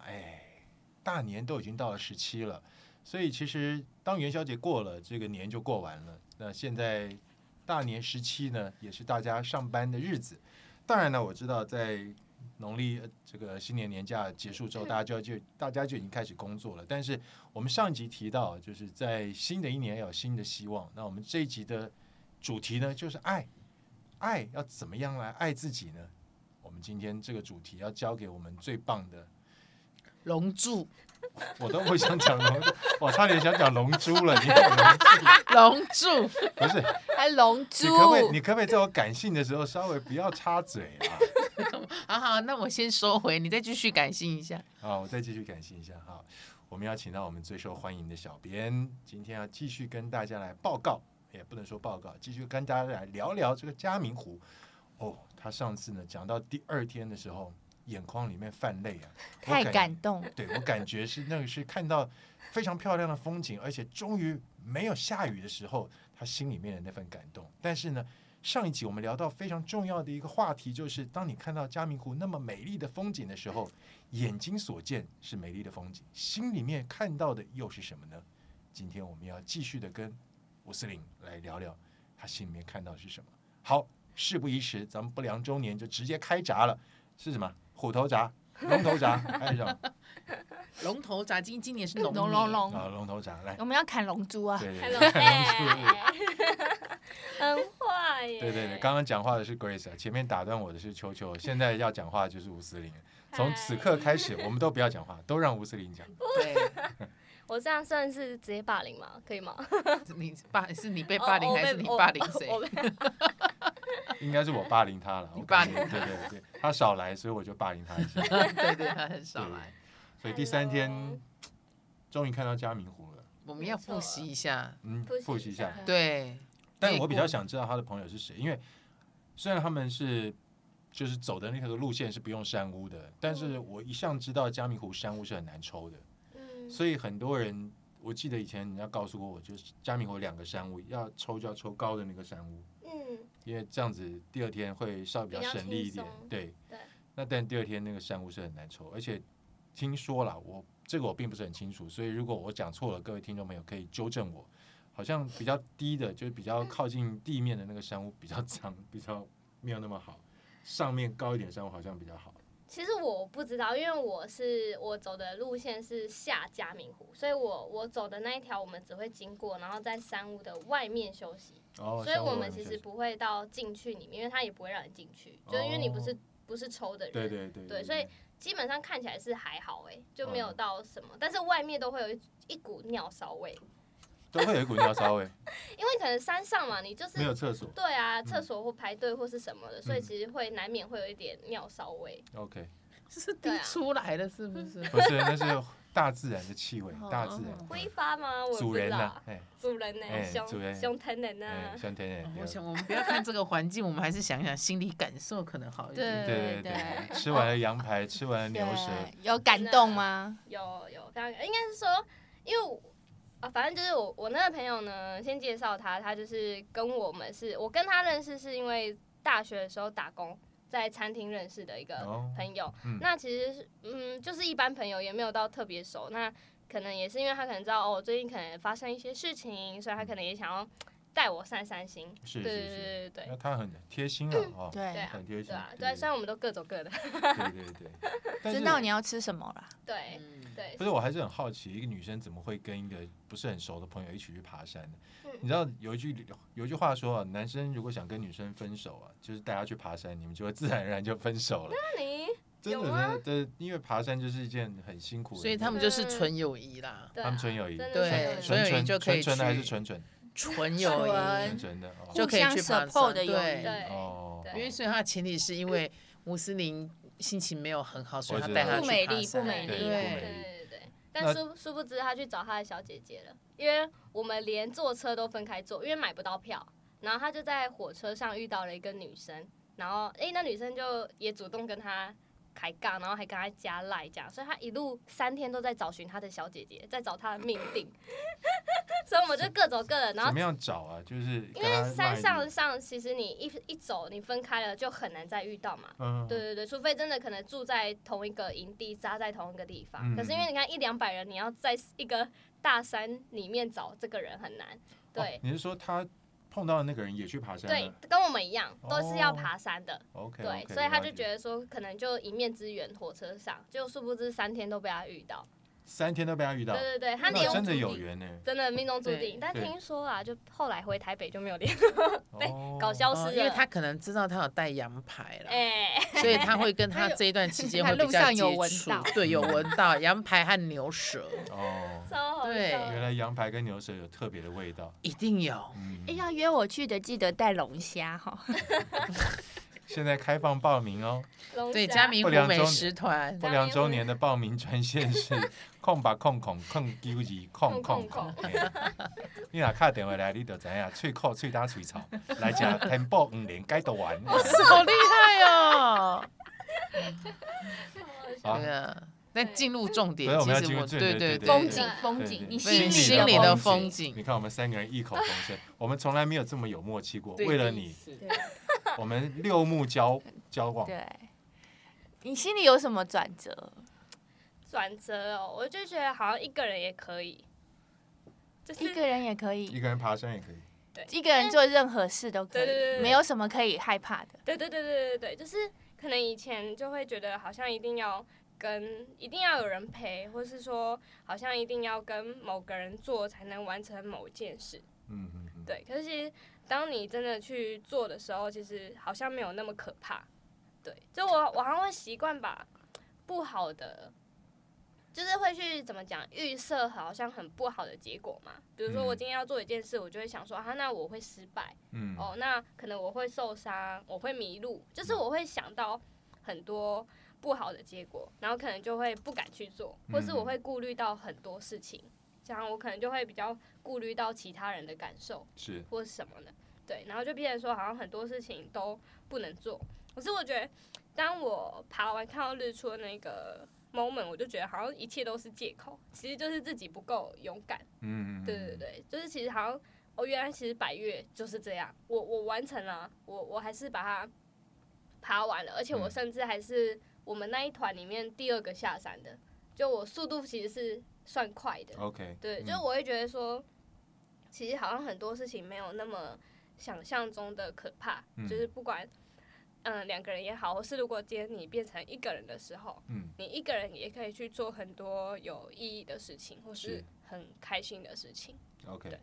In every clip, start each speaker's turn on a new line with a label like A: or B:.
A: 哎大年都已经到了十七了，所以其实当元宵节过了，这个年就过完了。那现在大年十七呢，也是大家上班的日子。当然呢，我知道在农历呃这个新年年假结束之后，大家就要就大家就已经开始工作了。但是我们上一集提到，就是在新的一年要有新的希望。那我们这一集的主题呢，就是爱，爱要怎么样来爱自己呢？我们今天这个主题要交给我们最棒的，
B: 龙柱，
A: 我都不想讲龙珠，我差点想讲龙珠了。你看 龙珠
B: 龙柱，哎
A: 不是？
C: 还龙
A: 你
C: 珠，
A: 可不可以？你可不可以在我感性的时候稍微不要插嘴啊？
B: 好好，那我先收回，你再继续感性一下。
A: 好，我再继续感谢一下哈。我们要请到我们最受欢迎的小编，今天要继续跟大家来报告，也不能说报告，继续跟大家来聊聊这个嘉明湖。哦，他上次呢讲到第二天的时候，眼眶里面泛泪啊，我
C: 太
A: 觉
C: 感动，
A: 对我感觉是那个是看到非常漂亮的风景，而且终于没有下雨的时候，他心里面的那份感动。但是呢，上一集我们聊到非常重要的一个话题，就是当你看到嘉明湖那么美丽的风景的时候，眼睛所见是美丽的风景，心里面看到的又是什么呢？今天我们要继续的跟吴思玲来聊聊他心里面看到的是什么。好，事不宜迟，咱们不良周年就直接开闸了，是什么？虎头闸、龙头闸，还有什么？
B: 龙头炸鸡今年是龙
C: 龙
B: 年
C: 龙，龙，
A: 啊，龙头闸来，
C: 我们要砍龙珠啊！
A: 对对
D: Hello，哎
A: 对，龙珠
D: 很坏耶。
A: 对对对，刚刚讲话的是 Grace，啊前面打断我的是秋秋，现在要讲话就是吴思玲。从此刻开始，我们都不要讲话，都让吴思玲讲。
B: 对，
D: 我这样算是职业霸凌吗？可以吗？
B: 你霸是你被霸凌
D: 哦
B: 还是你霸凌谁？
D: 我被我我被
A: 应该是我霸凌她了，
B: 你
A: 我感
B: 霸凌
A: 觉对对对，她少来，所以我就霸凌她一下。
B: 对对，他很少来。
A: 所以第三
D: Hello
A: 天，终于看到嘉明湖了。
B: 我们要复习一下，
A: 嗯，
D: 复 习
A: 复习一下
D: 一。下
B: 对，
A: 但我比较想知道他的朋友是谁，因为虽然他们是就是走的那条路线是不用山屋的，但是我一向知道嘉明湖山屋是很难抽的。
D: 嗯
A: 所以很多人，我记得以前人家告诉过我，就是嘉明湖有两个山屋，要抽就要抽高的那个山屋，
D: 嗯，
A: 因为这样子第二天会稍微比较
D: 比较
A: 省力一
D: 轻
A: 点
D: 松。
A: 对，
D: 对
A: 那但第二天那个山屋是很难抽，而且听说啦，我这个我并不是很清楚，所以如果我讲错了，各位听众朋友可以纠正我。好像比较低的，就是比较靠近地面的那个山屋比较脏，比较没有那么好。上面高一点的山屋好像比较好。
D: 其实我不知道，因为我是我走的路线是下嘉明湖，所以我我走的那一条我们只会经过，然后在山屋的外面休息，
A: 哦，
D: 所以
A: 山屋
D: 我
A: 完
D: 们
A: 全
D: 其
A: 是
D: 实不会到进去里面，因为它也不会让你进去，就是因为你不是
A: 哦
D: 不是抽的人。
A: 对对对
D: 对所以基本上看起来是还好哎、就没有
A: 嗯
D: 到什么，但是外面都会有一一股尿骚味，
A: 都会有一股尿骚味，
D: 因为可能山上嘛，你就是
A: 没有厕所。
D: 对啊，厕所或排队或是什么的，所以
A: 嗯
D: 其实会难免会有一点尿骚味。
A: OK，
B: 是滴出来的，是不是？
A: 不是，那是大自然的气味
B: 哦，
A: 大自然
D: 挥发吗？我
A: 主
D: 不知
A: 人呐
D: 道，。
A: 哎
D: 主人呢？
A: 哎主
D: 熊
A: 人
D: 熊疼人啊
A: 哎，
D: 呢？
A: 酸甜甜，
B: 哦我想我们不要看这个环境，我们还是想想心理感受可能好一点。
A: 对对对对，吃完了羊排，吃完了牛舌，
C: 对，有感动吗？
D: 有有，刚刚应该是说，因为我啊，反正就是我我那个朋友呢，先介绍他，他就是跟我们是我跟他认识是因为大学的时候打工在餐厅认识的一个
A: 哦
D: 朋友。
A: 嗯
D: 那其实是嗯，就是一般朋友，也没有到特别熟。那可能也是因为他可能知道哦，我最近可能发生一些事情，所以他
A: 嗯
D: 可能也想要带我散散心。
A: 是
D: 对
A: 是
D: 对
A: 是，
D: 对对对
A: 那他很贴心啊，哦，
D: 对
C: 对
D: 啊，
A: 很贴
D: 对
A: 心
D: 啊，，对啊，虽然我们都各走各的，
A: 对对对，但是
C: 知道你要吃什么啦。
D: 对
B: 嗯
D: 对
A: 嗯不，是，我还是很好奇，一个女生怎么会跟一个不是很熟的朋友一起去爬山呢？
D: 嗯
A: 你知道有一句有一句话说啊，男生如果想跟女生分手啊，就是带她去爬山，你们就会自然而然就分手了。
D: 那你
A: 真
D: 有啊
A: 的，真
D: 吗
A: 的，对，因为爬山就是一件很辛苦的事，
B: 所以他们就是纯友谊啦，
D: 对啊
A: 他们纯友谊，
D: 真的
B: 对纯
D: 是
A: 纯
B: 友谊
A: 纯
B: 就可以
A: 纯纯的还
B: 去
A: 是纯纯
B: 纯友谊
C: 纯
A: 纯纯的哦
B: 就可以去爬
C: 互相 support
B: 山。
C: 的友谊
B: 对，
D: 嗯对
A: 哦，
D: 对
B: 因为所以他的前提是因为吴思玲心情没有很好，所以他
A: 我知
B: 带
A: 道
B: 她去
C: 不美
B: 爬
C: 丽，不
B: 山
C: 美
A: 对
C: 丽。
A: 不美
D: 对
A: 丽
D: 对对。但
A: 那
D: 殊殊不知，他去找他的小姐姐了，因为我们连坐车都分开坐，因为买不到票。然后他就在火车上遇到了一个女生，然后诶，那女生就也主动跟他开杠，然后还跟他加赖这样，所以他一路三天都在找寻他的小姐姐，在找他的命 定，所以我们就各走各的，然
A: 怎
D: 后
A: 么样找啊？就是
D: 因
A: 跟他
D: 为山
A: line
D: 上上其实你一一走你分开了就很难再遇到嘛，
A: 嗯，
D: 对对对，除非真的可能住在同一个营地，扎在同一个地方。
A: 嗯
D: 可是因为你看一两百人，你要在一个大山里面找这个人很难。
A: 哦
D: 对、
A: 你是说他碰到的那个人也去爬山
D: 对
A: 了，
D: 跟我们一样，
A: 哦
D: 都是要爬山的。
A: ？OK，
D: 对所以他就觉得说，可能就一面之缘，火车上，就殊不知三天都被他遇到。
A: 三天都被他遇到
D: 对，对对，他命
A: 啊那
D: 中
A: 真的
D: 注
A: 有
D: 定
A: 缘呢。
D: 真的命中注
B: 对
D: 定。但
A: 对
D: 听说啊，就后来回台北就没有联系， 被
A: 哦
D: 搞消
B: 哦
D: 失
B: 因为
D: 了。
B: 他可能知道他有带羊排了，
D: 哎、
B: 所以他会跟他这一段期间
C: 他
B: 会
C: 路
B: 比较
C: 上有
B: 接
C: 闻
B: 触
C: 到，
B: 对，有闻到羊排和牛舌，
A: 哦，
D: 超好笑。
B: 对
A: 原来羊排跟牛舌有特别的味道。
B: 一定有。
A: 嗯
C: 哎，，要约我去的记得带龙虾哈。
A: 现在开放报名哦，
D: 龙
B: 对，
D: 虾
B: 嘉明
A: 不
B: 湖
A: 良
B: 美
A: 中
B: 食团，
A: 不良周年的报名专线是 空吧空空空丢一空空空。嘿 你若打电话来，你就知影，喙苦喙焦喙臭，来吃天宝五连解毒 丸。
B: 好厉害哦！
A: 好
B: 对啊，但进入重点
A: 对，我
B: 其
A: 们要
B: 实
A: 进入
B: 我
A: 重
B: 对
A: 点对
B: 对
A: 对
C: 风景
D: 对，
C: 风
A: 对
C: 景，
A: 对
C: 你
A: 对心
C: 心
B: 心
A: 里
B: 里
A: 的
B: 的
A: 风
B: 风
A: 你
B: 景，
A: 看我们三个人异口同声，我们从来没有这么有默契过。为了你，我们六目交交往。
C: 对，你心里有什么转折？
D: 转折哦，我就觉得好像一个人也可以，就是
C: 一个人也可以，
A: 一个人爬山也可以，
C: 一个人做任何事都可
D: 对对对
C: 以，
D: 对
C: 没有什么可以害怕的。
D: 对对对对对对，就是可能以前就会觉得好像一定要跟一定要有人陪，或是说好像一定要跟某个人做才能完成某件事，
A: 嗯嗯嗯，
D: 对。可是其实当你真的去做的时候，其实好像没有那么可怕，对。就我我好像会习惯把不好的。就是会去怎么讲预设好像很不好的结果嘛，比如说我
A: 嗯
D: 今天要做一件事，我就会想说啊，那我会失败，
A: 嗯，
D: 哦，那可能我会受伤，我会迷路，就是我会想到很多不好的结果，然后可能就会不敢去做，或是
A: 嗯
D: 我会顾虑到很多事情，这样我可能就会比较顾虑到其他人的感受
A: 是，
D: 或是什么的，对，然后就变成说好像很多事情都不能做。可是我觉得，当我爬完看到日出的那个 moment，我就觉得好像一切都是借口，其实就是自己不够勇敢。
A: 嗯，嗯
D: 对对，对，就是其实好像哦，原来其实百越就是这样，我我完成了，我我还是把它爬完了，而且我
A: 嗯
D: 甚至还是我们那一团里面第二个下山的，就我速度其实是算快的
A: 嗯，，OK，
D: 对，
A: 嗯
D: 就是我会觉得说，其实好像很多事情没有那么想象中的可怕，
A: 嗯
D: 就是不管嗯两个人也好，或是如果今天你变成一个人的时候，
A: 嗯，
D: 你一个人也可以去做很多有意义的事情，或
A: 是
D: 是很开心的事情。
A: OK
D: 对。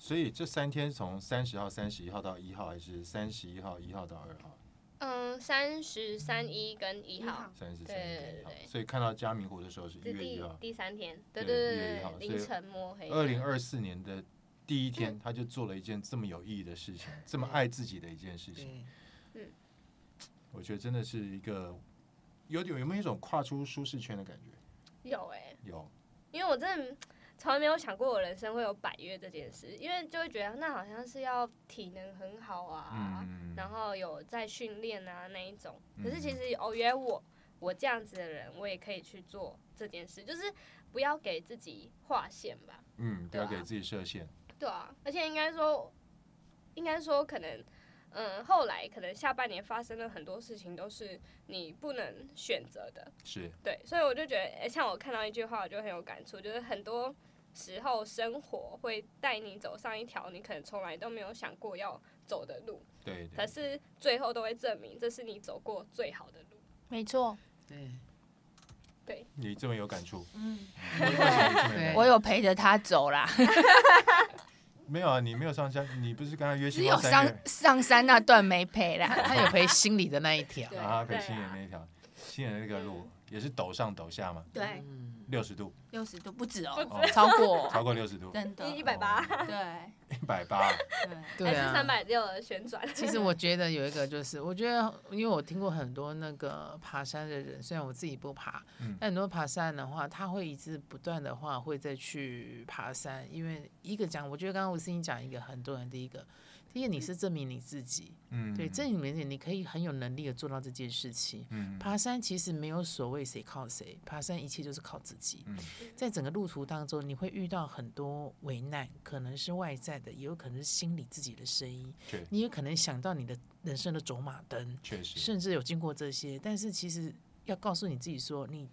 A: 所以这三天从三十号、三十一号到一号，还是三十一号、一号到二号，
D: 嗯，三十三
A: 嗯
D: 一跟一号，
A: 三十三
D: 对对
A: 一号。
D: 对
A: 所以看到嘉明湖的时候是一
D: 这
A: 月一
D: 第
A: 号，
D: 第三天，
A: 对
D: 对
A: 1月
D: 对
A: 1号所
D: 对，
A: 以
D: 凌晨摸黑。
A: 二零二四年的第一天，他就做了一件这么有意义的事情，这么爱自己的一件事情。
B: 对
A: 我觉得真的是一个有点有没有一种跨出舒适圈的感觉？
D: 有哎、
A: 有，
D: 因为我真的从来没有想过我人生会有百月这件事，因为就会觉得那好像是要体能很好啊，
A: 嗯，
D: 然后有在训练啊那一种。可是
A: 嗯
D: 其实哦，原来我我这样子的人，我也可以去做这件事，就是不要给自己划线吧。
A: 嗯，不要
D: 对啊
A: 给自己设限，
D: 对啊，而且应该说，应该说可能，嗯，后来可能下半年发生了很多事情都是你不能选择的，
A: 是，
D: 对，所以我就觉得，诶像我看到一句话，我就很有感触，就是很多时候生活会带你走上一条你可能从来都没有想过要走的路，
A: 对对。
D: 可是最后都会证明这是你走过最好的路。
C: 没错，
B: 对，
A: 你这么有感 触？
C: 嗯，
A: 你为什么这么有感触
C: 我有陪着他走啦，
A: 没有啊，你没有上山，你不是刚才约
C: 只
A: 星
C: 有
A: 光三
C: 上
A: 月
C: 上山那段没陪 啦。
B: 他有陪心里的那一条，
D: 对
A: 啊？陪
D: 对
A: 新人
D: 啊
A: 那一条，新人那个路也是陡上陡下嘛，
C: 对，
B: 嗯，
A: 六十度，
C: 六十度不止哦，
A: 哦
C: 超过
A: 超过六十度，哦
C: 真的，
D: 一
C: 对
D: 百八
C: 对
A: 百八，
B: 对
D: 还是
B: 啊，
D: 三百六的旋转，
B: 其实我觉得有一个就是，我觉得因为我听过很多那个爬山的人，虽然我自己不爬，
A: 嗯
B: 但很多爬山的话，他会一直不断的话会再去爬山，因为一个讲，我觉得刚刚吴思颖讲一个很多人，第一个第一个你是证明你自己，
A: 嗯，
B: 对，证明你你可以很有能力的做到这件事情。
A: 嗯
B: 爬山其实没有所谓谁靠谁，爬山一切就是靠自己。
A: 嗯
B: 在整个路途当中，你会遇到很多危难，可能是外在的，也有可能是心里自己的声音
A: 对。
B: 你有可能想到你的人生的走马灯，
A: 确实，
B: 甚至有经过这些，但是其实要告诉你自己说，你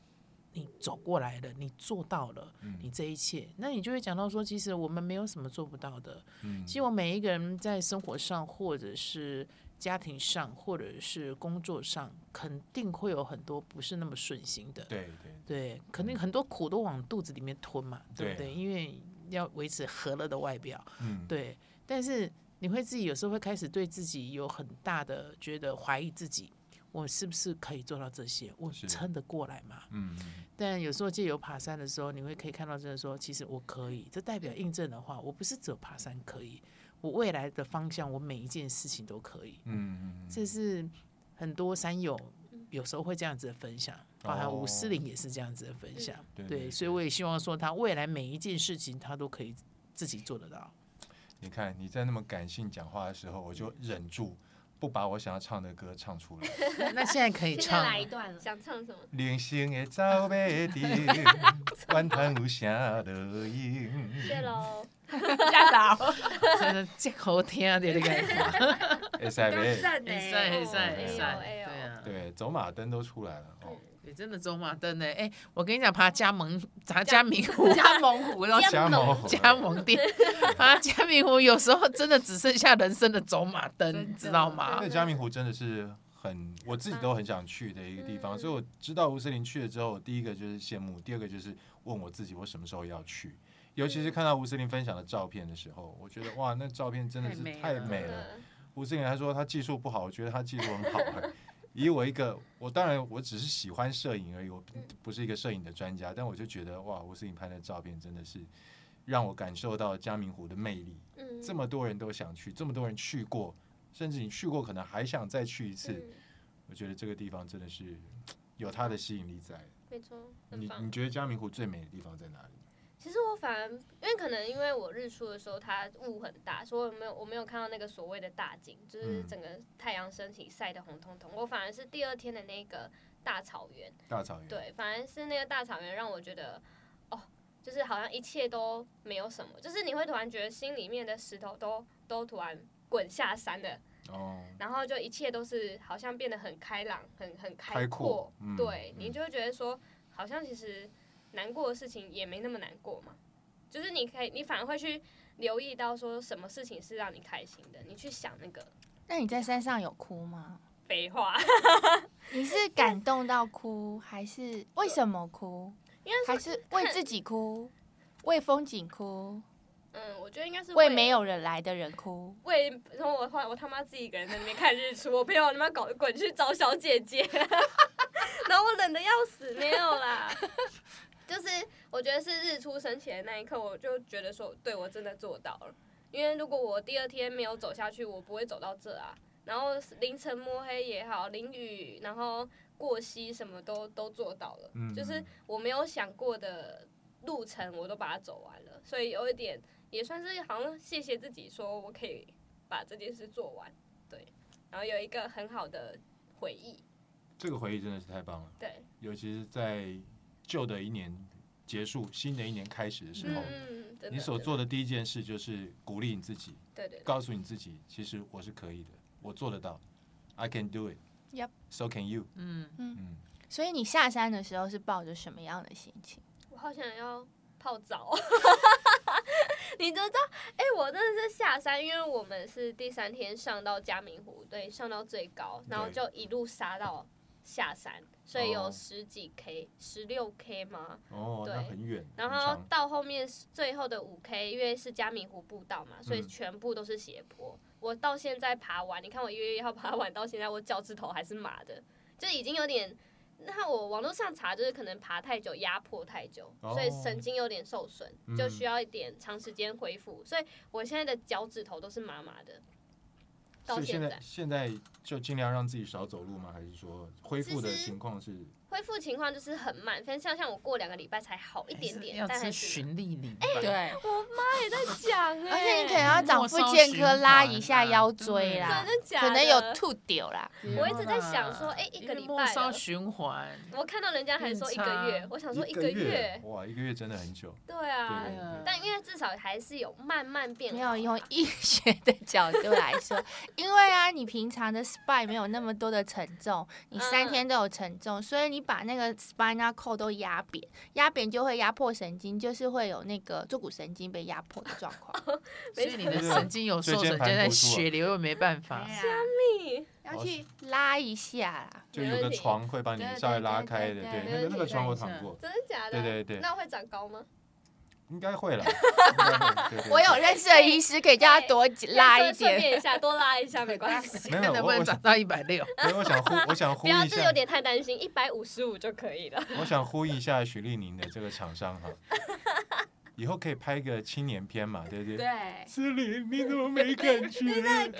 B: 你走过来了，你做到了，你
A: 嗯
B: 这一切，那你就会讲到说，其实我们没有什么做不到的。
A: 嗯
B: 其实我每一个人在生活上，或者是家庭上，或者是工作上，肯定会有很多不是那么顺心的。
A: 对对
B: 对，肯定很多苦都往肚子里面吞嘛，对
A: 嗯
B: 不
A: 对
B: 对？因为要维持和乐的外表，
A: 嗯
B: 对。但是你会自己有时候会开始对自己有很大的觉得怀疑自己，我是不是可以做到这些？我
A: 是
B: 撑得过来吗？
A: 嗯
B: 但有时候借由爬山的时候，你会可以看到，真的说，其实我可以。这代表印证的话，我不是只有爬山可以，我未来的方向，我每一件事情都可以。
A: 嗯
B: 这是很多山友有时候会这样子的分享，包
A: 哦
B: 含吴思玲也是这样子的分享。
A: 对
B: 对，所以我也希望说，他未来每一件事情，他都可以自己做得 到。
A: 你看你在那么感性讲话的时候，我就忍住不把我想要唱的歌唱出来。
B: 那那现在可以
E: 现在
B: 唱
E: 来一
B: 了，
E: 段 了，
D: 想唱什么？
A: 人生的走马灯，怨叹有啥路用？
B: 嗯
D: 谢喽。
C: 吓到，
B: 真的这好听啊，对那 个。
A: 会使呗？
E: 赞呢，
B: 哎塞哎塞
A: 哎
B: 哎
A: 呦
B: 塞，
D: 哎呦
B: 对啊。
A: 对，走马灯都出来了哦。
B: 对，真的走马灯呢！哎，我跟你讲，爬加盟、爬加明湖、
C: 加盟湖都
A: 啊加盟火
B: 加盟 店，爬加明湖有时候真的只剩下人生的走马灯，你知道吗
A: 对，？嘉明湖真的是很我自己都很想去的一个地方，
D: 嗯
A: 所以我知道吴思林去了之后，我第一个就是羡慕，第二个就是问我自己我什么时候要去。尤
B: 嗯
A: 其是看到吴思林分享的照片的时候，我觉得哇，那照片真的是
B: 太
A: 太
B: 美了
A: 美
D: 真
A: 了。
D: 的
A: 吴思林还说他技术不好，我觉得他技术很好、哎以我一个，我当然我只是喜欢摄影而已，我
B: 嗯
A: 不不是一个摄影的专家，但我就觉得哇，吴思林拍的照片真的是让我感受到嘉明湖的魅力。
D: 嗯
A: 这么多人都想去，这么多人去过，甚至你去过可能还想再去一次。
D: 嗯
A: 我觉得这个地方真的是有它的吸引力在。
D: 没错，很
A: 你
D: 棒
A: 你。觉得嘉明湖最美的地方在哪里？
D: 其实我反而，因为可能因为我日出的时候它雾很大，所以我没有我没有看到那个所谓的大景，就是
A: 嗯
D: 整个太阳升起晒得红彤彤。我反而是第二天的那个大草原，
A: 大草原。
D: 对，反而是那个大草原让我觉得，哦，就是好像一切都没有什么，就是你会突然觉得心里面的石头都都突然滚下山的，
A: 哦，
D: 然后就一切都是好像变得很开朗，很很
A: 开
D: 开
A: 阔嗯
D: 对、
A: 嗯
D: 你就会觉得说，好像其实难过的事情也没那么难过嘛。就是你可以，你反而会去留意到说什么事情是让你开心的，你去想那个
C: 那你在山上有哭吗？
D: 废话，
C: 你是感动到哭，还是为什么哭？
D: 应该
C: 还
D: 是
C: 是为自己哭，为风景哭，
D: 嗯，我觉得应该是
C: 为没有人来的人哭？
D: 为，然后我话我他妈自己一个人在那边看日出，我朋友他妈搞滚去找小姐姐， 然后我冷的要死，没有 啦。就是我觉得是日出升起的那一刻，我就觉得说，对我真的做到了。因为如果我第二天没有走下去，我不会走到这啊。然后凌晨摸黑也好，淋雨，然后过膝什么都都做到了，
A: 嗯
D: 就是我没有想过的路程我都把它走完了，所以有一点也算是好像谢谢自己，说我可以把这件事做完，对，然后有一个很好的回忆，
A: 这个回忆真的是太棒了，
D: 对，
A: 尤其是在旧的一年结束，新的一年开始的时候，
D: 嗯，真的
A: 你所，
D: 真
A: 做的第一件事就是鼓励你自己，
D: 的对对对，
A: 告诉你自己，其实我是可以的，我做得到，I can do it。
C: Yep.
A: So can you？
B: 嗯，
A: 嗯，
C: 所以你下山的时候是抱着什么样的心情？
D: 我好想要泡澡， 你知道，哎、我真的是下山，因为我们是第三天上到嘉明湖，对，上到最高，然后
A: 对
D: 就一路杀到下山，所以
A: 哦
D: 有十几 K，十六 K 吗？
A: 哦，那
D: 对
A: 很远，
D: 然
A: 很
D: 后
A: 长
D: 到后面是最后的五 K，因为是嘉明湖步道嘛，所以
A: 嗯
D: 全部都是斜坡。我到现在爬完，你看我一月一号爬完到现在，我脚趾头还是麻的，就已经有点。那我网络上查，就是可能爬太久，压迫太久，
A: 哦
D: 所以神经有点受损，
A: 嗯
D: 就需要一点长时间恢复。所以我现在的脚趾头都是麻麻的，到
A: 所以现
D: 现在
A: 在现在就尽量让自己少走路吗？还是说恢复的
D: 其实
A: 情况是
D: 恢复情况就是很慢，反正像像我过两个礼拜才好一点
B: 还是
D: 点
B: 要，
D: 但
B: 吃
D: 还是哎
B: 循例礼，
A: 啊
E: 对，
D: 我妈也在讲哎、
C: 而且哦你可能要找复健科拉一下腰椎
B: 要
C: 啦
D: 嗯真，的假的？
C: 可能有吐丢啦。
D: 我一直在想说哎一
B: 因
D: 个
B: 为
D: 礼
B: 末
D: 拜
B: 梢
D: 了
B: 循环，
D: 我看到人家还说一个月，我想说
A: 嗯一
D: 一个月，
A: 哇，一个月真的很久。
D: 对
A: 对
D: 啊
A: 对。对，
D: 但因为至少还是有慢慢变好，
C: 没有用医学的角度来说，因为啊，你平常的 spine 没有那么多的承重，你三
D: 嗯
C: 天都有承重，所以你把那个 spinal cord 都压扁，压扁就会压迫神经，就是会有那个坐骨神经被压迫的状况。
B: 所以你的神经有受
A: 椎间
B: 损，就
A: 盘
B: 在
A: 突出啊
B: 血流又没办法。
D: 哎啊你
C: 要去拉一下啦，
A: 就有个床会把你稍微拉开的，
E: 对对
A: 对
E: 对，
A: 那
D: 对
A: 个
D: 对
A: 那个床我躺过，
D: 真的假的？
A: 对对对
D: 那会长高吗？
A: 应该 会了。应该会对对对
C: 我有认识的医师，可以叫他多拉一
D: 顺顺
C: 点。
D: 便一下，多拉一 下没关系。
A: 没
B: 看
A: 有
B: 能
A: 我
B: 不能
A: 我
B: 长
A: 想
B: 到一百六？
A: 没有我 想呼我想呼
D: 不
A: 应
D: 要，
A: 一
D: 这有
A: 下，
D: 点太担心，一百五十五就可 以了。
A: 我想呼应一下徐丽宁的这个厂商 哈，以后可以拍个青年片嘛，对不对？
E: 对，
A: 思玲，你怎么没感 觉？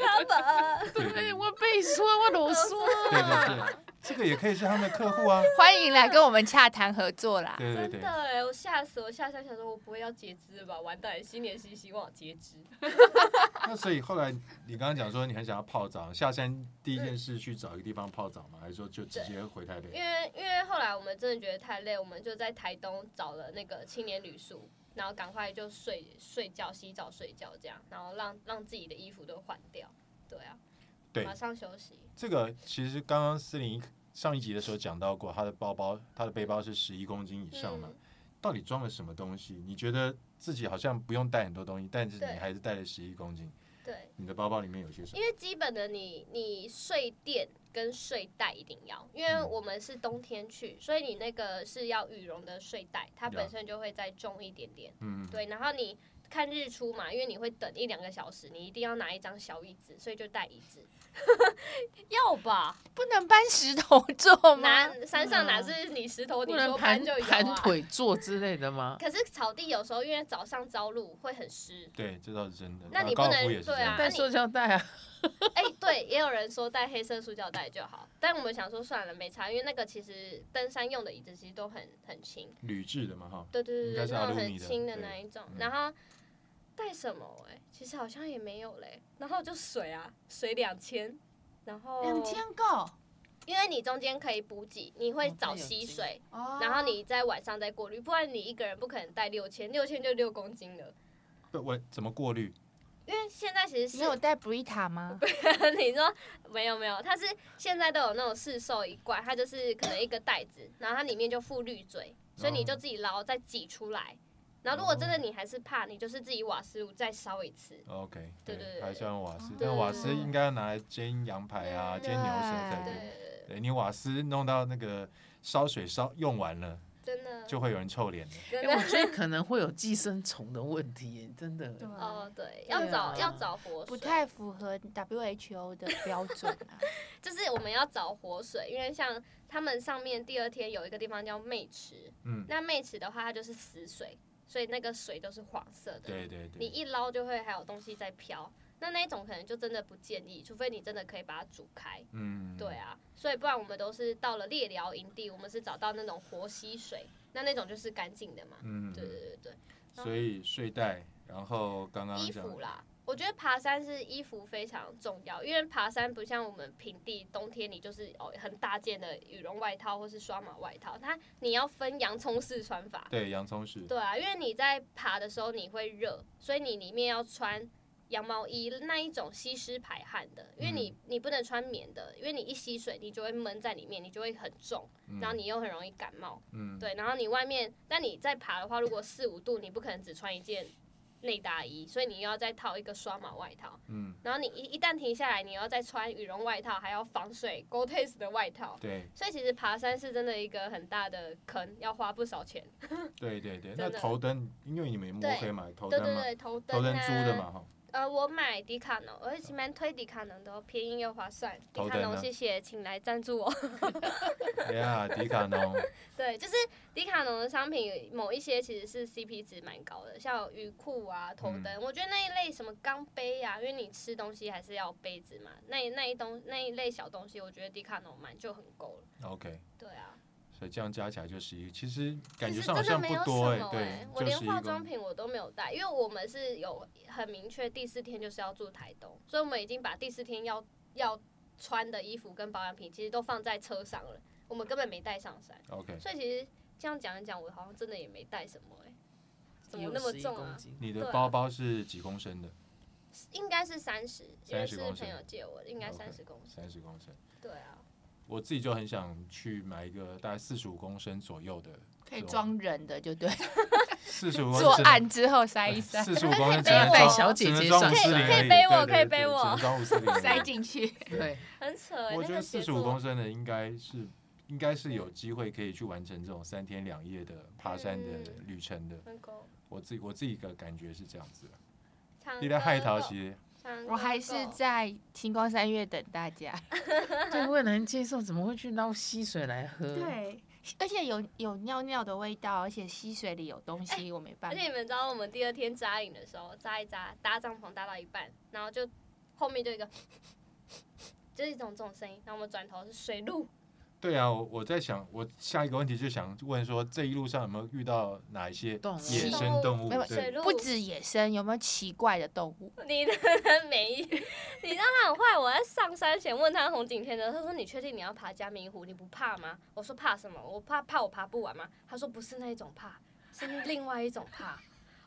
D: Cover，
A: 对对
B: 对，
A: 对
B: 哎我被说，我啰嗦。
A: 对对，这个也可以是他们的客户 啊。
C: 欢迎来跟我们洽谈合作啦。
A: 对对
D: 真
A: 对
D: 的，哎，我吓死我，吓死我想说我不会要截肢了吧？完蛋，新年新希望截肢。
A: 那所以后来你刚刚讲说你很想要泡澡，下山第一件事去找一个地方泡澡吗？还是说就直接回台北？
D: 因为因为后来我们真的觉得太累，我们就在台东找了那个青年旅宿，然后赶快就睡睡觉、洗澡、睡觉这样，然后让让自己的衣服都换掉。对啊，
A: 对
D: 马，上休息。
A: 这个其实刚刚思玲上一集的时候讲到过，她的包包、她的背包是十一公斤以上嘛，
D: 嗯
A: 到底装了什么东西？你觉得自己好像不用带很多东西，但是
D: 对
A: 你还是带了十一公斤。
D: 对，
A: 你的包包里面有些什
D: 因
A: 么？
D: 为基本的你你睡垫跟睡袋一定要，因为
A: 嗯
D: 我们是冬天去，所以你那个是要羽绒的睡袋，它
A: 了
D: 本身就会再重一点点。
A: 嗯，
D: 对，然后你看日出嘛，因为你会等一两个小时，你一定要拿一张小椅子，所以就带椅子。 要吧？
C: 不能搬石头做吗
D: 拿？山上哪是你石头，你
B: 不能
D: 说
B: 盘
D: 搬就 有
B: 盘
D: 啊。
B: 腿坐之类的吗？
D: 可是草地有时候因为早上朝露会很湿，
A: 对，这倒是真的。
D: 那你
A: 高
D: 不
A: 尔
D: 能
A: 夫也是这
D: 对
A: 样
D: 啊
B: 带塑胶袋啊，
D: 哎、对，也有人说带黑色塑胶袋就好，但我们想说算了，没差，因为那个其实登山用的椅子其实都很很轻，
A: 铝制的嘛哈。
D: 对对
A: 应
D: 对
A: 该
D: 对，
A: 是
D: 那
A: 阿
D: 种
A: 鲁
D: 很
A: 米的
D: 轻的
A: 对
D: 那一种。
A: 嗯
D: 然后带什么、哎，其实好像也没有嘞。然后就水啊，水两千，然后
C: 两，千够。
D: 因为你中间可以补给，你会
B: 哦
D: 找
B: 它有
D: 溪
B: 机
D: 水，
C: 哦
D: 然后你在晚上再过滤，不然你一个人不可能带六千，六千就六公斤了。
A: 不，我怎么过滤？
D: 因为现在其实是
C: 你有带 Brita 吗？
D: 你说没有没有，它是现在都有那种市售一罐，它就是可能一个袋子，然后它里面就附滤嘴，所以你就自己捞再挤出来。然后如果真的你还是怕，你就是自己瓦斯炉再烧一次。
A: OK，
D: 对对对
A: 还是要用瓦斯
C: 哦，
A: 但瓦斯
D: 对
A: 应该要拿来煎羊排啊、煎牛舌才
D: 对
A: 对
D: 对。对，
A: 对你瓦斯弄到那个烧水烧用完了，
D: 真的
A: 就会有人臭脸的。
D: 真
B: 哎，
D: 的、
B: 我觉得可能会有寄生虫的问题耶，真的。
C: 啊
D: 哦，对，要找、要找活水，
C: 不太符合 WHO 的标准 啊。
D: 就是我们要找活水，因为像他们上面第二天有一个地方叫妹池，
A: 嗯，
D: 那妹池的话它就是死水，所以那个水都是黄色的。
A: 对对
D: 你
A: 对，
D: 一捞就会还有东西在飘。那那一种可能就真的不建议，除非你真的可以把它煮开。
A: 嗯，
D: 对，啊，所以不然我们都是到了猎寮营地，我们是找到那种活溪水，那那种就是干净的嘛。
A: 嗯
D: 对，对对对
A: 所以睡袋，然后刚刚
D: 对，衣
A: 讲
D: 服啦，我觉得爬山是衣服非常重要，因为爬山不像我们平地，冬天你就是哦很大件的羽绒外套或是刷马外套，它你要分洋葱式穿法。
A: 对，洋葱是，
D: 对啊，因为你在爬的时候你会热，所以你里面要穿羊毛衣那一种吸湿排汗的，因为你、
A: 嗯
D: 你不能穿棉的，因为你一吸水你就会闷在里面，你就会很重，
A: 嗯
D: 然后你又很容易感冒。
A: 嗯，
D: 对，然后你外面，但你在爬的话，如果四五度，你不可能只穿一件内搭衣，所以你又要再套一个刷毛外套，
A: 嗯，
D: 然后你一一旦停下来，你又要再穿羽绒外套，还要防水 Gore-Tex 的外套。
A: 对
D: 所以其实爬山是真的一个很大的坑，要花不少钱。
A: 对对对，
D: 真
A: 那
D: 的
A: 头灯，因为你们摸黑嘛，头
D: 对
A: 灯
D: 对
A: 嘛，
D: 对，头灯、啊、
A: 头灯租的嘛哈，
D: 呃，我买迪卡侬，而且蛮推迪卡侬的哦，便宜又划算。迪
A: 头
D: 卡
A: 灯
D: 侬，
A: 呢
D: 谢谢，请来赞助我。
A: 哎呀，迪卡侬，
D: 对，就是迪卡侬的商品，某一些其实是 CP 值蛮高的，像有鱼裤啊、头灯，我觉得那一类什么钢杯啊，因为你吃东西还是要有杯子嘛，那一那一东那一类小东西，我觉得迪卡侬买就很够了。
A: OK，
D: 对啊，
A: 所以这样加起来就是一个，其实感觉
D: 其实
A: 上好像
D: 真的没
A: 不
D: 有什
A: 多
D: 么
A: 哎、
D: 欸
A: 对，
D: 我
A: 就
D: 连
A: 是一
D: 化
A: 个
D: 妆品我都没有带，因为我们是有很明确第四天就是要住台东，所以我们已经把第四天要要穿的衣服跟保养品其实都放在车上了，我们根本没带上山，
A: OK。
D: 所以其实这样讲一讲，我好像真的也没带什么哎、 怎么
B: 有
D: 那么
B: 11
D: 重
B: 公
D: 啊？
B: 斤
A: 你
D: 对
A: 的
D: 啊
A: 包包是几公升的？
D: 应该是三十，因为
A: 30
D: 是
A: 公
D: 朋
A: 斤
D: 友借我的，应该
A: OK
D: 三十公斤。
A: 三十公升。
D: 对啊，
A: 我自己就很想去买一个大概四十五公升左右的，
C: 可以装人的就对，
A: 四十五公
C: 作
A: 升。
C: 案之后塞一塞，
A: 四十五公升只
D: 可以
A: 能
D: 背
A: 装，
B: 小姐姐
A: 只能装
B: 上
A: 五四
B: 山
A: 零
D: 可以
A: 而已
D: 背我
A: 对
D: 可
A: 对
D: 以背
A: 对
D: 我
A: 只能装五 四零而已。
C: 塞进去。
B: 对，
D: 很扯哎、
A: 我
D: 那
A: 觉
D: 个
A: 得
D: 节
A: 四十
D: 奏
A: 五公升的应该是应该是有机会可以去完成这种三天两夜的爬山的
D: 嗯
A: 旅程的。
D: 很够。
A: 我自己我自己的感觉是这样子的。
D: 嗯唱
A: 你在海
D: 歌
A: 淘
D: 够
A: 其，实
D: 唱
C: 我
D: 歌
C: 还是
D: 够
C: 在星光三月等大家。
B: 对，我也能接受，怎么会去捞溪水来喝？，
C: 对，而且有有尿尿的味道，而且溪水里有东西，我没办
D: 而
C: 法
D: 且。你们知道，我们第二天扎营的时候，扎一扎，搭帐篷搭到一半，然后就后面就一个，就是一种这种声音。然后我们转头是水路，
A: 对啊，我我在想，我下一个问题就想问说，这一路上有没有遇到哪一些
B: 动物
A: 野生动物
C: 没有？
D: 水
A: 对，
D: 路
C: 不止野生，有没有奇怪的动物？
D: 你的 人没，你知道他很坏。我在上山前问他红景天的，他说：“你确定你要爬嘉明湖，你不怕吗？”我说：“怕什么？我怕怕我爬不完吗？”他说：“不是那一种怕，是另外一种怕。”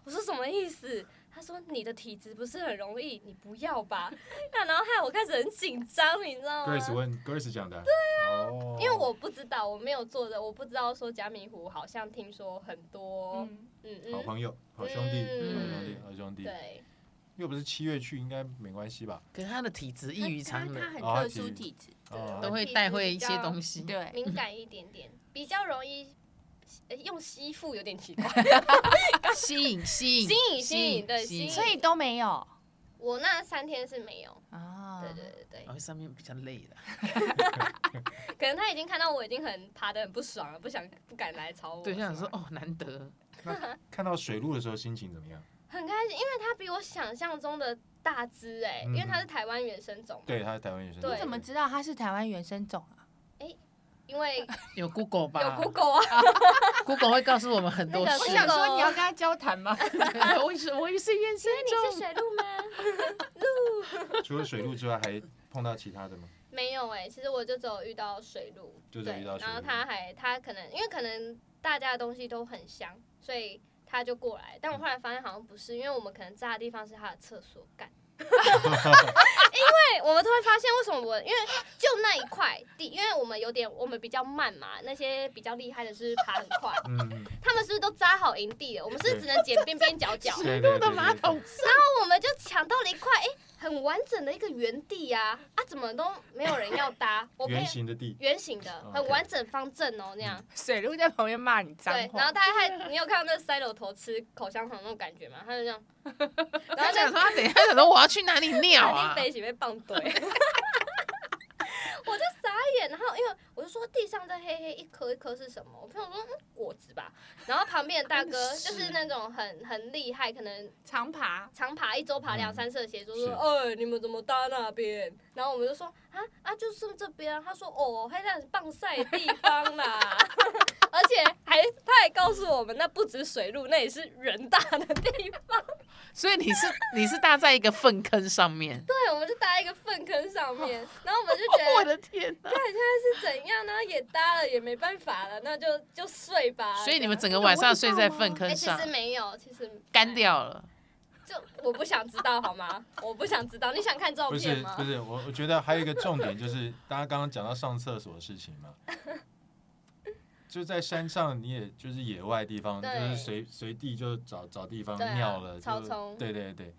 D: 我说：“什么意思？”他说：“你的体质不是很容易，你不要吧。” 那然后害我开始很紧张，你知道吗？
A: Grace 问 Grace 讲的啊，对啊，
D: 啊因为我不知道，我没有做的，我不知道说加明湖好像听说很多，
C: 嗯，
D: 嗯
A: 好
D: 嗯，
A: 朋友、好兄弟、好兄弟
B: 嗯、
A: 好兄弟，
D: 对，
A: 又不是七月去，应该没关系吧？
B: 可是他的体质异于常
C: 他
B: 人，
C: 很
A: 哦它
C: 特
A: 其
C: 殊
A: 实
C: 体质，
A: 啊
B: 都，会带会一些东西。
C: 对，
D: 敏感一点点，比较容易。呃用吸附有点奇怪，
B: 吸引吸引
D: 吸引吸引对吸引
C: 所以都没有
D: 我那三天是没有，
C: 啊。
D: 对对对对
B: 然，后哦上面比较累了，
D: 可能他已经看到我已经很爬的很不爽了，不想不敢来吵我。
B: 对，想
D: 是
B: 说
D: 吗
B: 哦，难得，
A: 看到水路的时候心情怎么样？
D: 很开心，因为他比我想象中的大只哎、
A: 嗯
D: 因为他是台湾原生种嘛，
A: 对，他是台湾原生种，
D: 对
C: 你怎么知道它是台湾原生种啊？
D: 因为
B: 有 Google
D: 有
B: 吧
D: Google 啊，
B: ？Google 会告诉我们很多
D: 那个
B: 事
D: 我。想说你要跟
C: 它交谈吗？
B: 我也是，我也是原生
D: 你
B: 种。
D: 是水鹿吗？
A: 除了水路之外，还碰到其他的吗？
D: 没有哎、其实我就只有遇到水路，
A: 就
D: 对，
A: 只有遇到水
D: 然后
A: 鹿
D: 他还他可能因为可能大家的东西都很香，所以他就过来。
A: 嗯
D: 但我后来发现好像不是，因为我们可能炸的地方是他的厕所干。因为我们突然发现，为什么我因为就那一块地，因为我们有点我们比较慢嘛，那些比较厉害的是爬很快，
A: 嗯，
D: 他们是不是都扎好营地了？我们是只能捡边边角角，
A: 对对
B: 的马桶
D: 我们就抢到了一块哎、很完整的一个原地呀、啊，啊怎么都没有人要搭，我朋
A: 圆
D: 友
A: 形的地，
D: 圆形的，
A: 哦 OK
D: 很完整方正哦，那样。
C: 水鹿在旁边骂你脏
D: 对，然
C: 话
D: 后，他还，你有看到那塞楼头吃口香糖那种感觉吗？他就这样，然
B: 他
D: 后
B: 想
D: 就
B: 说，他等一下想说我要去哪里尿
D: 肯
B: 啊
D: 定？被一起被棒怼。我就傻眼，然后因为我就说地上这黑黑一颗一颗是什么？我朋友说嗯果子吧，然后旁边的大哥
B: 是
D: 就是那种很很厉害，可能
C: 长 爬，
D: 长爬一周爬两三次的鞋，就说：“
A: 是
D: 哎、你们怎么搭那边？”然后我们就说：“啊啊，就是这边啊。”他说：“哦，黑那是棒晒的地方啦。” 而且还他还告诉我们，那不止水路，那也是人大的地方。
B: 所以你是你是搭在一个粪坑上面。
D: 对，我们就搭一个粪坑上面，然后我们就觉
B: 我
D: 得
B: 的
D: 哎
B: 天哪！
D: 是怎样呢？也搭了，也没办法了，那就就睡吧。
B: 所以你们整个
C: 有
B: 晚上
C: 味
B: 睡
C: 道
B: 在
C: 吗
B: 粪
D: 哎、
B: 坑
D: 其
B: 上
D: 实，没有，其实
B: 干。掉了。
D: 就 我不想知道好吗？我不想知道，你想看照
A: 不是
D: 片吗？
A: 不是，我我觉得还有一个重点就是，大家刚刚讲到上厕所的事情 嘛，就在山上，你也就是野外地方，就
D: 对
A: 是随随地就找找地方
D: 对啊
A: 尿了，
D: 草
A: 就
D: 丛
A: 对对对。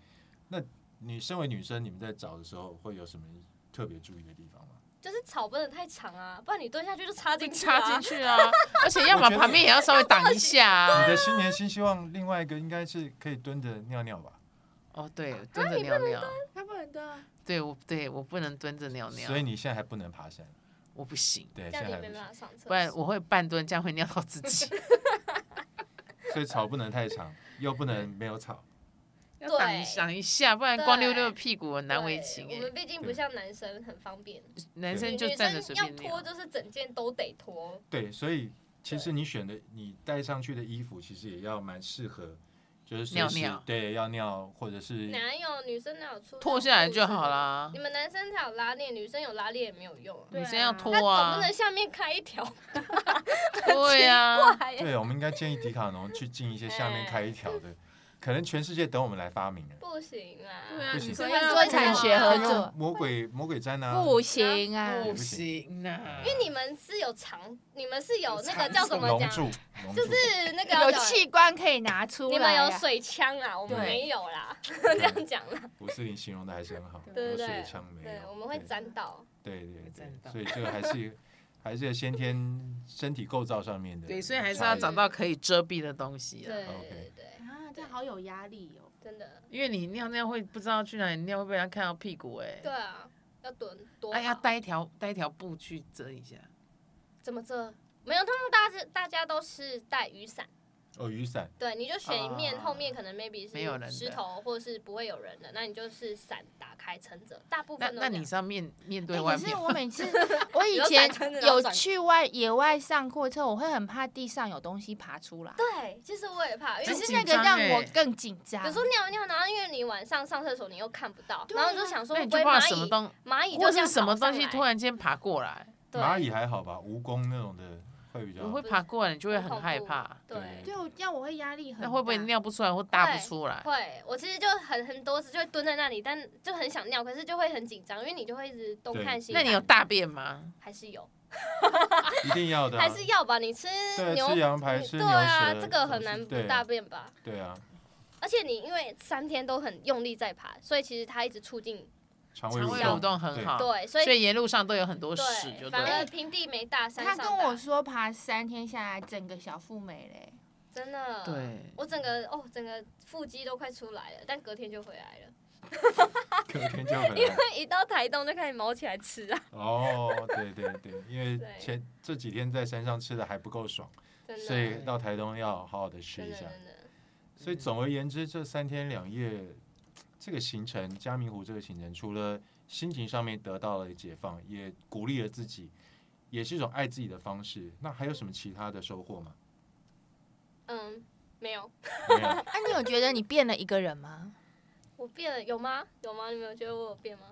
A: 那你身为女生，你们在找的时候会有什么特别注意的地方吗？
D: 就是草不能太长啊，不然你蹲下去就插
B: 就
D: 进去、啊。
B: 插进去啊，而且要
A: 我
B: 么
A: 觉得
B: 旁边也要稍微挡一下啊。
A: 你的新年新希望，另外一个应该是可以蹲着尿尿吧，
B: 哦，对，蹲着尿尿，
C: 它啊不能啊的。
B: 对我对我不能蹲着尿尿
A: 所，以你现在还不能爬山，
B: 我不行，
A: 对，
D: 这
A: 现
D: 样
A: 在还不
D: 你没
A: 行
D: 办，法上厕所。
B: 不然我会半蹲，这样会尿到自己。
A: 所以草不能太长，又不能没有草，
B: 要挡一
D: 对
B: 挡一下，不然光溜溜的
D: 对
B: 屁股很
D: 对
B: 难为情
D: 我
B: 哎
D: 们。毕竟不像男生很方便，
B: 男
A: 对
B: 生
D: 女
B: 就
D: 女
B: 站着
D: 生
B: 随
D: 要
B: 便
D: 脱
B: 尿，
D: 就是整件都得脱。
A: 对，所以其实你选的你带上去的衣服，其实也要蛮适合，就是随
B: 尿
A: 时
B: 尿
A: 对要尿或者是
D: 哪有女生哪有出
B: 脱下来就好？啦
D: 你。们男生才有拉链，女生有拉链也没有用啊。
C: 对
B: 女
C: 啊
B: 生要脱
D: 那总
B: 啊
D: 不，能下面开一条
B: 对啊呀、
D: 吧？
A: 对，我们应该建议迪卡侬去进一些下面开一条的，可能全世界等我们来发明了。
D: 不行啦。
B: 对啊，
A: 不行
B: 女生
C: 跟
B: 要
C: 做产学合
A: 要
C: 作
A: 用魔鬼魔鬼毡
B: 嗯
A: 啊，
C: 不行啊，
B: 不行啊，
D: 因为你们是有长，你们是有那个
B: 长
D: 叫什么
A: 龙
D: 讲？
A: 柱，龙
D: 就
A: 柱
D: 是那个
C: 有
D: 叫什么
C: 器官可以拿出
D: 你
C: 来
D: 们
C: 啊、
D: 有水枪啊，我们
C: 对
D: 没有啦，
A: 对
D: 这样讲啦。
A: 吴思玲形容的还是很好，
D: 对
A: 有
D: 对
A: 水
D: 对
A: 枪没
D: 对，
A: 有，
D: 我们会
A: 对
D: 沾到。
A: 对对
B: 会沾
A: 对，
B: 到
A: 所以这个还是还是先天身体构造上面的差异，
B: 对，所以还是要啊找到可以遮蔽的东西
D: 对
B: 啊，
D: 对对，
C: 啊，这好有压力哦。
D: 真的。
B: 因为你尿尿会不知道去哪里尿，会被人家看到屁股哎、
D: 对啊，要躲躲好。
B: 哎呀，带一条带一条布去遮一下，
D: 怎么这？没有，他们大致大家都是带雨伞，
A: 哦雨伞，
D: 对，你就选一面，
B: 啊
D: 后面可能 maybe
B: 没有人
D: 是
B: 的
D: 石头或是不会有人的，那你就是伞打开撑着，大部
B: 那
D: 分都
B: 那
D: 这样
B: 你是要面面对
C: 哎
B: 外
C: 可
B: 面
C: 是，我每 次我以
D: 有
C: 前
D: 闪撑的
C: 有
D: 有闪
C: 去外野外上过车，我会很怕地上有东西爬出来，
D: 对，其实我也怕，因为
B: 真
C: 只
D: 我
C: 是
B: 紧
C: 那个
B: 张
C: 让
B: 欸
C: 我更紧张。
D: 有时候尿一尿，然后因为你晚上上厕所你又看不到，
C: 对啊
D: 然后就想说
B: 那
D: 会
B: 你
D: 不
B: 就
D: 会
B: 怕
D: 蚂
B: 什么
D: 蚁
B: 东，
D: 蚂蚁
B: 或
D: 就是
B: 什么东西突
D: 突然
B: 然间爬过来，
A: 蚂蚁还好吧，蜈蚣那种的会比较
B: 你会爬过来，你就会很害怕。
D: 对。
C: 对，我这样我会压力很大。
B: 那会不会尿不出来或大不出来？
D: 会，我其实就很很多次就会蹲在那里，但就很想尿，可是就会很紧张，因为你就会一直东
A: 对
D: 看西
B: 那
D: 看。
B: 你有大便吗？
D: 还是有，
A: 一定要的啊，
D: 还是要吧？你吃
A: 对
D: 牛
A: 吃羊排
D: 你
A: 吃
D: 对
A: 牛
D: 啊，
A: 舌
D: 这个
A: 总
D: 很
A: 是
D: 难不
A: 对
D: 大便吧？
A: 对啊，
D: 而且你因为三天都很用力在爬，所以其实它一直促进
A: 肠胃
B: 肠胃
D: 蠕
B: 蠕动很
A: 对
B: 好，
D: 对，所
B: 所
D: 以
B: 以沿路上都有很多屎，就对
D: 对，反而
B: 了。
D: 平地没大，山
C: 他
D: 上
C: 跟我
D: 大
C: 说爬三天下来，整个小腹没欸 嘞。
D: 真的，
B: 对，
D: 我整个哦，整个腹肌都快出来了，但隔天就回来了，
A: 隔天就很
D: 因为 一到台东就开始毛起来吃啊，
A: 哦，对对对，因为
D: 对
A: 前这几天在山上吃的还不够爽，
D: 真的，
A: 所
D: 真的
A: 以到台东要好好的吃一下。
D: 真的，嗯
A: 所以总而言之，这三天两夜这个行程，嘉明湖这个行程，除了心情上面得到了解放，也鼓励了自己，也是一种爱自己的方式。那还有什么其他的收获吗？
D: 嗯，没有，
A: 没有，
C: 那、啊你有觉得你变了一个人吗？
D: 我变了有吗？有吗？你们有觉得我有变吗？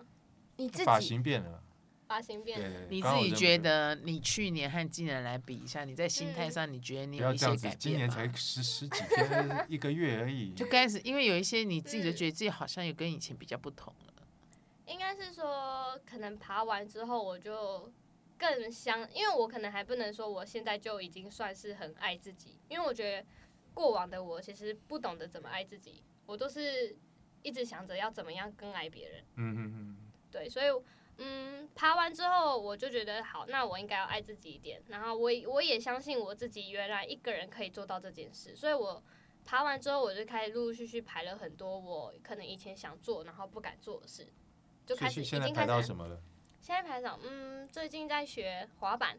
C: 你自
A: 发
C: 己
A: 型变了，
D: 发型
A: 对
D: 变了，
A: 对。
B: 你自
A: 刚好认
B: 己
A: 不
B: 觉
A: 出
B: 得你去年和今年来比一下，你在心
D: 嗯
B: 态上你觉得
A: 不
B: 你有
A: 要
B: 一
A: 这
B: 些
A: 样子
B: 改，
A: 今年
B: 变吗？
A: 才十十几天，一个月而 已。
B: 就开始，因为有一些你自
D: 嗯
B: 己都觉得自己好像有跟以前比较不同了。
D: 应该是说可能爬完之后我就。更相，因为我可能还不能说我现在就已经算是很爱自己，因为我觉得过往的我其实不懂得怎么爱自己，我都是一直想着要怎么样更爱别人。
A: 嗯嗯嗯，
D: 对，所以嗯，爬完之后我就觉得好，那我应该要爱自己一点。然后我也我也相信我自己，原来一个人可以做到这件事。所以我爬完之后，我就开始陆陆续续排了很多我可能以前想做然后不敢做的事，就
A: 所
D: 开
A: 以
D: 始
A: 是
D: 已
A: 现在
D: 经
A: 排
D: 开
A: 到
D: 始。
A: 什么了？
D: 现在排到嗯，最近在学滑板，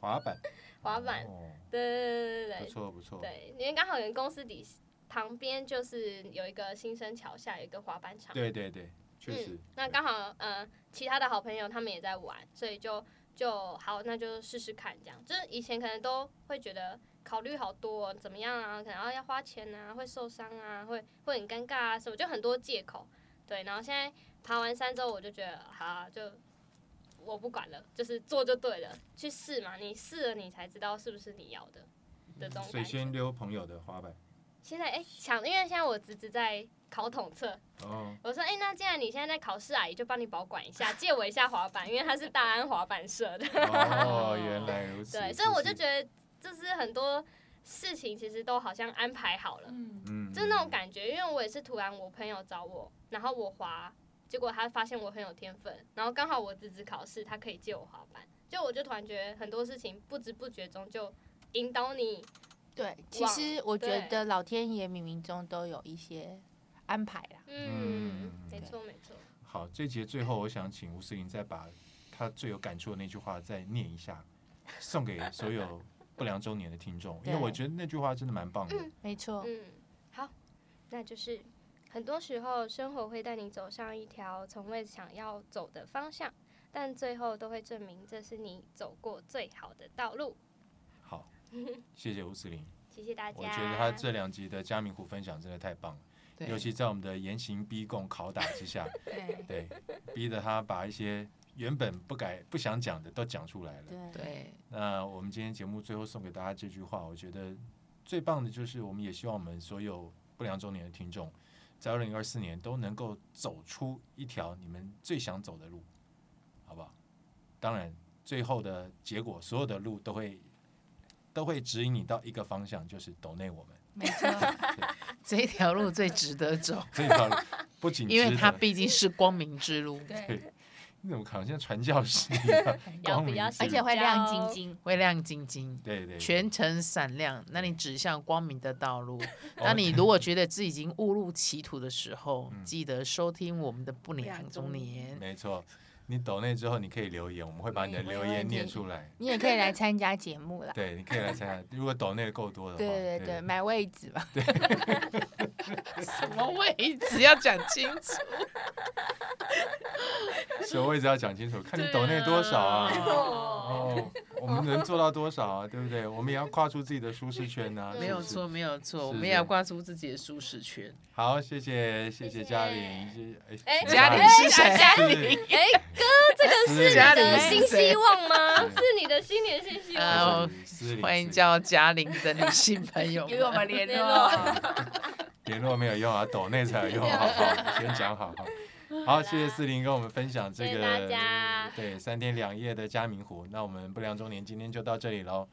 A: 滑板，
D: 滑板，
A: 哦，
D: 对对对对
A: 不
D: 对
A: 错不错。
D: 对，因为刚好有公司底旁边就是有一个新生桥下有一个滑板场，
A: 对对对，确实
D: 嗯。。那刚好，呃，其他的好朋友他们也在玩，所以就就好，那就试试看这样。就是以前可能都会觉得考虑好多、怎么样啊，可能要要花钱啊，会受伤啊，会会很尴尬啊什么，就很多借口。对，然后现在爬完山之后，我就觉得好啊、就我不管了，就是做就对了，去试嘛，你试了你才知道是不是你要的的这种
A: 嗯所以
D: 感
A: 先
D: 觉。
A: 溜朋友的滑板。
D: 现在哎，抢、因为现在我侄子在考统测，
A: 哦，
D: 我说，哎、那既然你现在在考试，阿姨就帮你保管一下，借我一下滑板，因为他是大安滑板社的。
A: 哦，原来如此。
D: 对，所以我就
A: 得，
D: 觉得，就是很多事情其实都好像安排好了，
C: 嗯，
A: 嗯，
D: 就是那种感觉。因为我也是突然我朋友找我，然后我滑，结果他发现我很有天分，然后刚好我侄子考试，他可以借我滑板，就我就突然觉得很多事情不知不觉中就引导你，
C: 对，其
D: 哇
C: 实我觉
D: 对
C: 得老天爷冥冥中都有一些安排啦。
D: 嗯，
A: 嗯
D: 没错没错，
A: 好，这节最后，我想请吴思玲再把她最有感触的那句话再念一下，送给所有不良周年的听众，因为
C: 对
A: 我觉得那句话真的蛮棒的。
C: 没错，
D: 嗯，好，那就是很多时候生活会带你走上一条从未想要走的方向，但最后都会证明这是你走过最好的道路。
A: 好，谢谢吴子林，
D: 谢谢大家。，
A: 我觉得他这两集的嘉明湖分享真的太棒了，
B: 对，
A: 尤其在我们的严刑逼供拷打之下，
C: 对
A: 对，逼得他把一些原本不改不想讲的都讲出来了。
C: 对
B: 对
A: 那我们今天节目最后送给大家这句话，我觉得最棒的就是，我们也希望我们所有不良中年的听众，在二零二四年都能够走出一条你们最想走的路，好不好？当然，最后的结果，所有的路都会都会指引你到一个方向，就是抖内我们
C: 没错，
B: 这条路最值得走，
A: 这条路，不仅
B: 因为
A: 值
B: 它
A: 得
B: 毕竟是光明之路，
C: 对，
A: 对，你怎么好像传教士一样光
D: 比
A: 明
D: 较
A: 之
C: 而且
A: 路
C: 会亮晶晶，
B: 会亮晶晶。
A: 对对，
B: 全程闪亮，那你指向光明的道路。
A: 哦
B: 当你如果觉得自己已经误入歧途的时候，
A: 嗯
B: 记得收听我们的不良中年。
A: 没错，你抖内之后你可以留言，我们会把你的
C: 没
A: 留
C: 问
A: 言念
C: 题
A: 出来。
C: 你也可以来参加节目啦。
A: 对，你可以来参加。如果抖内够多的话，
C: 对对对，买位置吧。
B: 什么位置要讲清楚？
A: 所以我一直要讲清楚，看你抖内多少啊。
D: 哦
A: 哦，我们能做到多少啊？对不对？我们也要跨出自己的舒适圈啊。
D: 嗯
A: 是
B: 没有
A: 不是。
B: 错，没有错，
A: 是
B: 我们也要跨出自己的舒适圈。
A: 好，谢谢谢
D: 谢
A: 谢嘉玲，谢谢
D: 哎
B: 嘉玲是谁？
D: 嘉
A: 玲，
D: 哎、哥，这个
A: 是
D: 是你
B: 嘉玲
D: 的新希望吗？
A: 是
D: 是你的新年新希望
B: 呃
D: 吗。
B: 哦
A: 思玲
B: 欢迎
A: 思玲
B: 叫嘉玲的女性朋友们。
C: 们联
D: 联络
A: 联络没有用啊，抖内才有用，好不好？先讲好。好，谢谢四零跟我们分享这
D: 谢谢大
A: 个
D: 家
A: 对三天两夜的嘉明湖。那我们不良中年今天就到这里喽，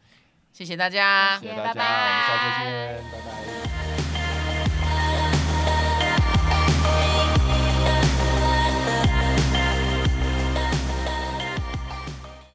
B: 谢谢大家，
A: 谢
C: 谢
A: 大
C: 拜
A: 家，我们下周
D: 拜
A: 见，拜拜。